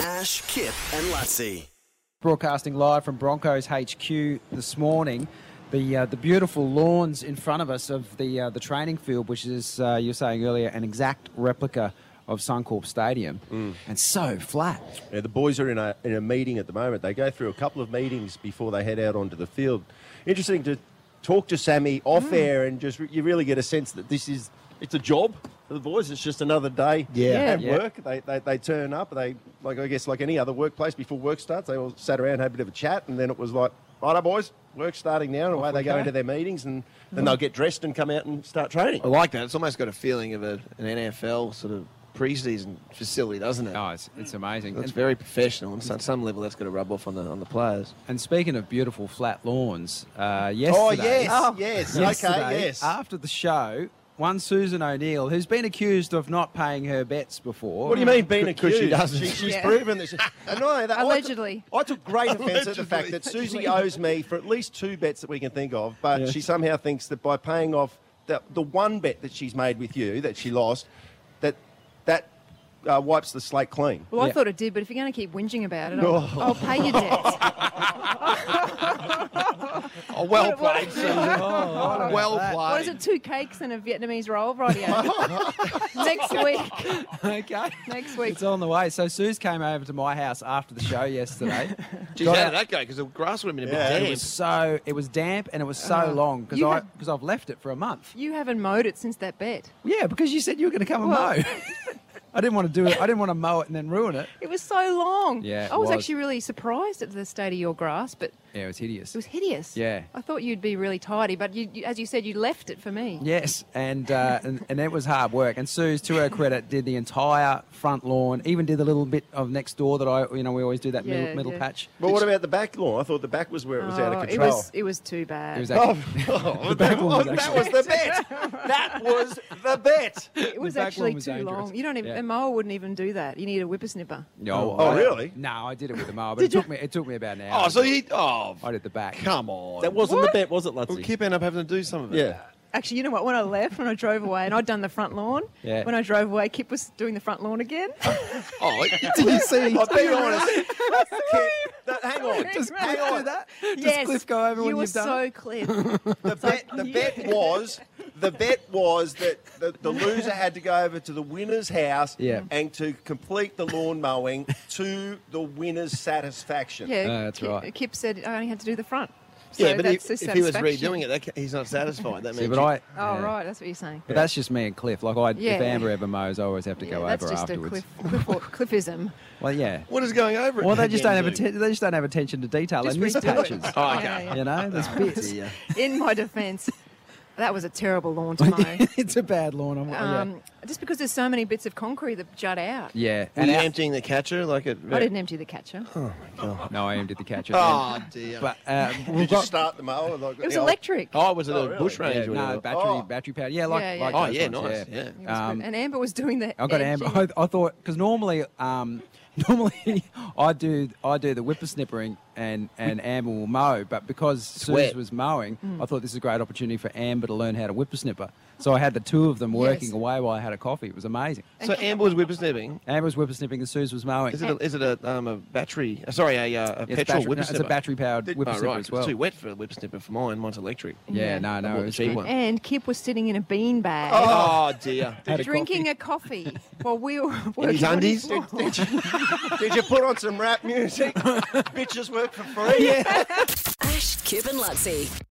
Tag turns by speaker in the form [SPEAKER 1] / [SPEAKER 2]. [SPEAKER 1] Ash, Kip, and Lutzi.
[SPEAKER 2] broadcasting live from Broncos HQ this morning. The uh, the beautiful lawns in front of us of the uh, the training field, which is uh, you were saying earlier, an exact replica of Suncorp Stadium, and so flat.
[SPEAKER 3] Yeah, the boys are in a, in a meeting at the moment. They go through a couple of meetings before they head out onto the field. Interesting to talk to Sammy off air and just re- you really get a sense that this is it's a job for the boys. It's just another day
[SPEAKER 4] Yeah.
[SPEAKER 3] at
[SPEAKER 2] Yeah.
[SPEAKER 3] work. They, they they turn up. They like I guess like any other workplace before work starts. They all sat around had a bit of a chat and then it was like right up boys. Work's starting now, and away they go Mm. into their meetings, and then they'll get dressed and come out and start training.
[SPEAKER 4] I like that. It's almost got a feeling of a, an NFL sort of preseason facility, doesn't it?
[SPEAKER 2] Oh, it's, it's amazing.
[SPEAKER 4] It's
[SPEAKER 2] And,
[SPEAKER 4] very professional, and so at some level, that's got to rub off on the on the players.
[SPEAKER 2] and speaking of beautiful flat lawns, uh, yesterday,
[SPEAKER 3] Oh yes, yes,
[SPEAKER 2] yesterday,
[SPEAKER 3] okay, yes.
[SPEAKER 2] after the show, one Susan O'Neill, who's been accused of not paying her bets before.
[SPEAKER 3] What do you mean being
[SPEAKER 4] Because
[SPEAKER 3] accused?
[SPEAKER 4] she doesn't.
[SPEAKER 3] She- she's
[SPEAKER 5] Yeah.
[SPEAKER 3] proven that. She, and not only that, I took-
[SPEAKER 5] Allegedly.
[SPEAKER 3] I took, great offence at the fact that Susie owes me for at least two bets that we can think of, but she somehow thinks that by paying off the, the one bet that she's made with you that she lost, that that uh, wipes the slate clean.
[SPEAKER 5] Well, I
[SPEAKER 2] Yeah.
[SPEAKER 5] thought it did, but if you're going to keep whinging about it, I'll, I'll pay your debts.
[SPEAKER 4] Oh, well played, Susan.
[SPEAKER 2] Oh,
[SPEAKER 4] well played.
[SPEAKER 5] What is it? Two cakes and a Vietnamese roll, rightio. next week.
[SPEAKER 2] okay.
[SPEAKER 5] Next week.
[SPEAKER 2] It's on the way. So Suze came over to my house after the show yesterday.
[SPEAKER 4] Geez,
[SPEAKER 2] Got
[SPEAKER 4] how
[SPEAKER 2] out-
[SPEAKER 4] did that go? Because the grass would have been a bit
[SPEAKER 3] Yeah, it
[SPEAKER 4] damp.
[SPEAKER 2] It was so it was damp and it was so long because
[SPEAKER 5] you
[SPEAKER 2] I
[SPEAKER 5] had-
[SPEAKER 2] because I've left it for a month.
[SPEAKER 5] You haven't mowed it since that bet.
[SPEAKER 2] Yeah, because you said you were going to come and
[SPEAKER 5] Well-
[SPEAKER 2] mow. I didn't want to do it. I didn't want to mow it and then ruin it.
[SPEAKER 5] It was so long.
[SPEAKER 2] Yeah, it
[SPEAKER 5] I was,
[SPEAKER 2] was.
[SPEAKER 5] actually really surprised at the state of your grass, but it
[SPEAKER 2] Yeah, it was hideous.
[SPEAKER 5] was hideous.
[SPEAKER 2] Yeah.
[SPEAKER 5] I thought you'd be really tidy, but you, you, as you said, you left it for me.
[SPEAKER 2] Yes, and, uh, and and it was hard work. And Suze, to her credit, did the entire front lawn, even did the little bit of next door that I, you know, we always do that
[SPEAKER 5] Yeah,
[SPEAKER 2] middle, middle
[SPEAKER 5] yeah.
[SPEAKER 2] patch.
[SPEAKER 3] But what about the back lawn? I thought the back was where it was out
[SPEAKER 5] Oh,
[SPEAKER 3] of
[SPEAKER 5] it
[SPEAKER 3] control.
[SPEAKER 5] was it was too bad.
[SPEAKER 2] It was
[SPEAKER 3] Oh,
[SPEAKER 2] actually,
[SPEAKER 3] oh,
[SPEAKER 2] back
[SPEAKER 3] that,
[SPEAKER 2] lawn
[SPEAKER 3] was,
[SPEAKER 2] was
[SPEAKER 3] that was the bet. That was the bet.
[SPEAKER 5] It was
[SPEAKER 2] back one
[SPEAKER 5] actually
[SPEAKER 2] was
[SPEAKER 5] too
[SPEAKER 2] dangerous.
[SPEAKER 5] long. You don't even
[SPEAKER 2] Yeah.
[SPEAKER 5] a mower wouldn't even do that. You need a whippersnipper.
[SPEAKER 2] no,
[SPEAKER 3] Oh,
[SPEAKER 2] I-
[SPEAKER 3] really?
[SPEAKER 2] No, I did it with the mower, but it took me it took me about an hour.
[SPEAKER 4] oh, so you. Oh,
[SPEAKER 2] I did the back.
[SPEAKER 4] come on.
[SPEAKER 3] That wasn't the bet, was it, Lutzi?
[SPEAKER 4] we keep end up having to do some of it.
[SPEAKER 3] yeah.
[SPEAKER 5] Actually, you know what? When I left, when I drove away, and I'd done the front lawn.
[SPEAKER 2] Yeah.
[SPEAKER 5] When I drove away, Kip was doing the front lawn again.
[SPEAKER 4] Oh,
[SPEAKER 2] Did you see?
[SPEAKER 3] I'll be honest. Kip, no, hang on.
[SPEAKER 5] Just
[SPEAKER 3] hang
[SPEAKER 5] do
[SPEAKER 3] on.
[SPEAKER 2] that?
[SPEAKER 5] yes.
[SPEAKER 2] Cliff go over
[SPEAKER 5] you
[SPEAKER 2] when
[SPEAKER 5] were
[SPEAKER 2] you've done
[SPEAKER 5] so Cliff.
[SPEAKER 3] The bet, the bet was, the bet was that the, the loser had to go over to the winner's house
[SPEAKER 2] Yeah.
[SPEAKER 3] and to complete the lawn mowing to the winner's satisfaction.
[SPEAKER 5] Yeah.
[SPEAKER 2] No, that's
[SPEAKER 5] Kip,
[SPEAKER 2] right.
[SPEAKER 5] Kip said I only had to do the front. So
[SPEAKER 4] yeah, but
[SPEAKER 5] that's
[SPEAKER 4] if,
[SPEAKER 5] his
[SPEAKER 4] if he was
[SPEAKER 5] satisfaction.
[SPEAKER 4] redoing it, that, ca- he's not satisfied. That
[SPEAKER 2] See,
[SPEAKER 4] means
[SPEAKER 2] but
[SPEAKER 4] you-
[SPEAKER 2] I.
[SPEAKER 5] Oh
[SPEAKER 2] yeah.
[SPEAKER 5] right, that's what you're saying.
[SPEAKER 2] But that's just me and Cliff. Like, I,
[SPEAKER 5] Yeah.
[SPEAKER 2] if Amber ever mows, I always have to
[SPEAKER 5] Yeah,
[SPEAKER 2] go
[SPEAKER 5] that's
[SPEAKER 2] over
[SPEAKER 5] just
[SPEAKER 2] afterwards.
[SPEAKER 5] a Cliff, Cliff, Cliffism.
[SPEAKER 2] Well, yeah.
[SPEAKER 4] What is going over? it
[SPEAKER 2] Well, they just don't
[SPEAKER 4] again,
[SPEAKER 2] have
[SPEAKER 4] dude?
[SPEAKER 2] atten- they just don't have attention to detail.
[SPEAKER 5] Just
[SPEAKER 2] and miss
[SPEAKER 5] redo it.
[SPEAKER 2] patches.
[SPEAKER 4] Oh, okay.
[SPEAKER 5] Yeah,
[SPEAKER 2] You know, there's bits.
[SPEAKER 4] Yeah.
[SPEAKER 5] In my defence, that was a terrible lawn
[SPEAKER 2] Oh,
[SPEAKER 5] to mow.
[SPEAKER 2] it's a bad lawn. I'm,
[SPEAKER 5] Um, Just because there's so many bits of concrete that jut out.
[SPEAKER 2] yeah. yeah.
[SPEAKER 4] Were you
[SPEAKER 2] our-
[SPEAKER 4] emptying the catcher like it?
[SPEAKER 5] I didn't empty the catcher.
[SPEAKER 2] no, I did the catch. At the end.
[SPEAKER 4] Oh dear.
[SPEAKER 2] But uh,
[SPEAKER 3] Did
[SPEAKER 2] we've
[SPEAKER 3] you
[SPEAKER 2] got.
[SPEAKER 3] start the mower? Like,
[SPEAKER 5] It was electric.
[SPEAKER 4] oh, was it a
[SPEAKER 3] really?
[SPEAKER 4] bush range?
[SPEAKER 2] Yeah,
[SPEAKER 4] or whatever?
[SPEAKER 2] no, battery,
[SPEAKER 3] Oh.
[SPEAKER 2] battery power. Yeah, like,
[SPEAKER 5] Yeah, yeah.
[SPEAKER 2] like
[SPEAKER 4] Oh,
[SPEAKER 2] those
[SPEAKER 4] yeah,
[SPEAKER 2] ones,
[SPEAKER 4] nice, yeah.
[SPEAKER 5] It was
[SPEAKER 2] Um,
[SPEAKER 5] good. and Amber was doing the.
[SPEAKER 2] I got Amber.
[SPEAKER 5] edging.
[SPEAKER 2] I, I thought because normally, um, normally I do I do the whippersnippering and and Amber will mow, but because Suze
[SPEAKER 4] wet.
[SPEAKER 2] was mowing,
[SPEAKER 5] Mm.
[SPEAKER 2] I thought this is a great opportunity for Amber to learn how to whippersnipper. So I had the two of them working
[SPEAKER 5] Yes.
[SPEAKER 2] away while I had a coffee. It was amazing.
[SPEAKER 4] so Amber was whippersnipping.
[SPEAKER 2] Amber was whippersnipping and Suze was mowing.
[SPEAKER 4] Is it a, is it a, um, a battery? uh, sorry, a, uh, a
[SPEAKER 2] It's
[SPEAKER 4] petrol
[SPEAKER 2] battery- no,
[SPEAKER 4] whippersnipper.
[SPEAKER 2] it's a battery powered
[SPEAKER 4] Did-
[SPEAKER 2] whippersnipper
[SPEAKER 4] Oh, right,
[SPEAKER 2] as well.
[SPEAKER 4] It's too wet for a whippersnipper for mine. Mine's electric.
[SPEAKER 2] yeah,
[SPEAKER 5] Yeah.
[SPEAKER 2] no,
[SPEAKER 4] I
[SPEAKER 2] no,
[SPEAKER 4] bought
[SPEAKER 2] it
[SPEAKER 4] the
[SPEAKER 2] was
[SPEAKER 4] cheap
[SPEAKER 2] good.
[SPEAKER 4] one.
[SPEAKER 5] And Kip was sitting in a bean bag.
[SPEAKER 4] Oh, dear.
[SPEAKER 2] Had a
[SPEAKER 5] drinking a coffee while we were working
[SPEAKER 4] his
[SPEAKER 5] on
[SPEAKER 4] undies?
[SPEAKER 5] lawn.
[SPEAKER 3] Did you put on some rap music? Bitches work for free.
[SPEAKER 1] Ash, Kip, and Lutzi.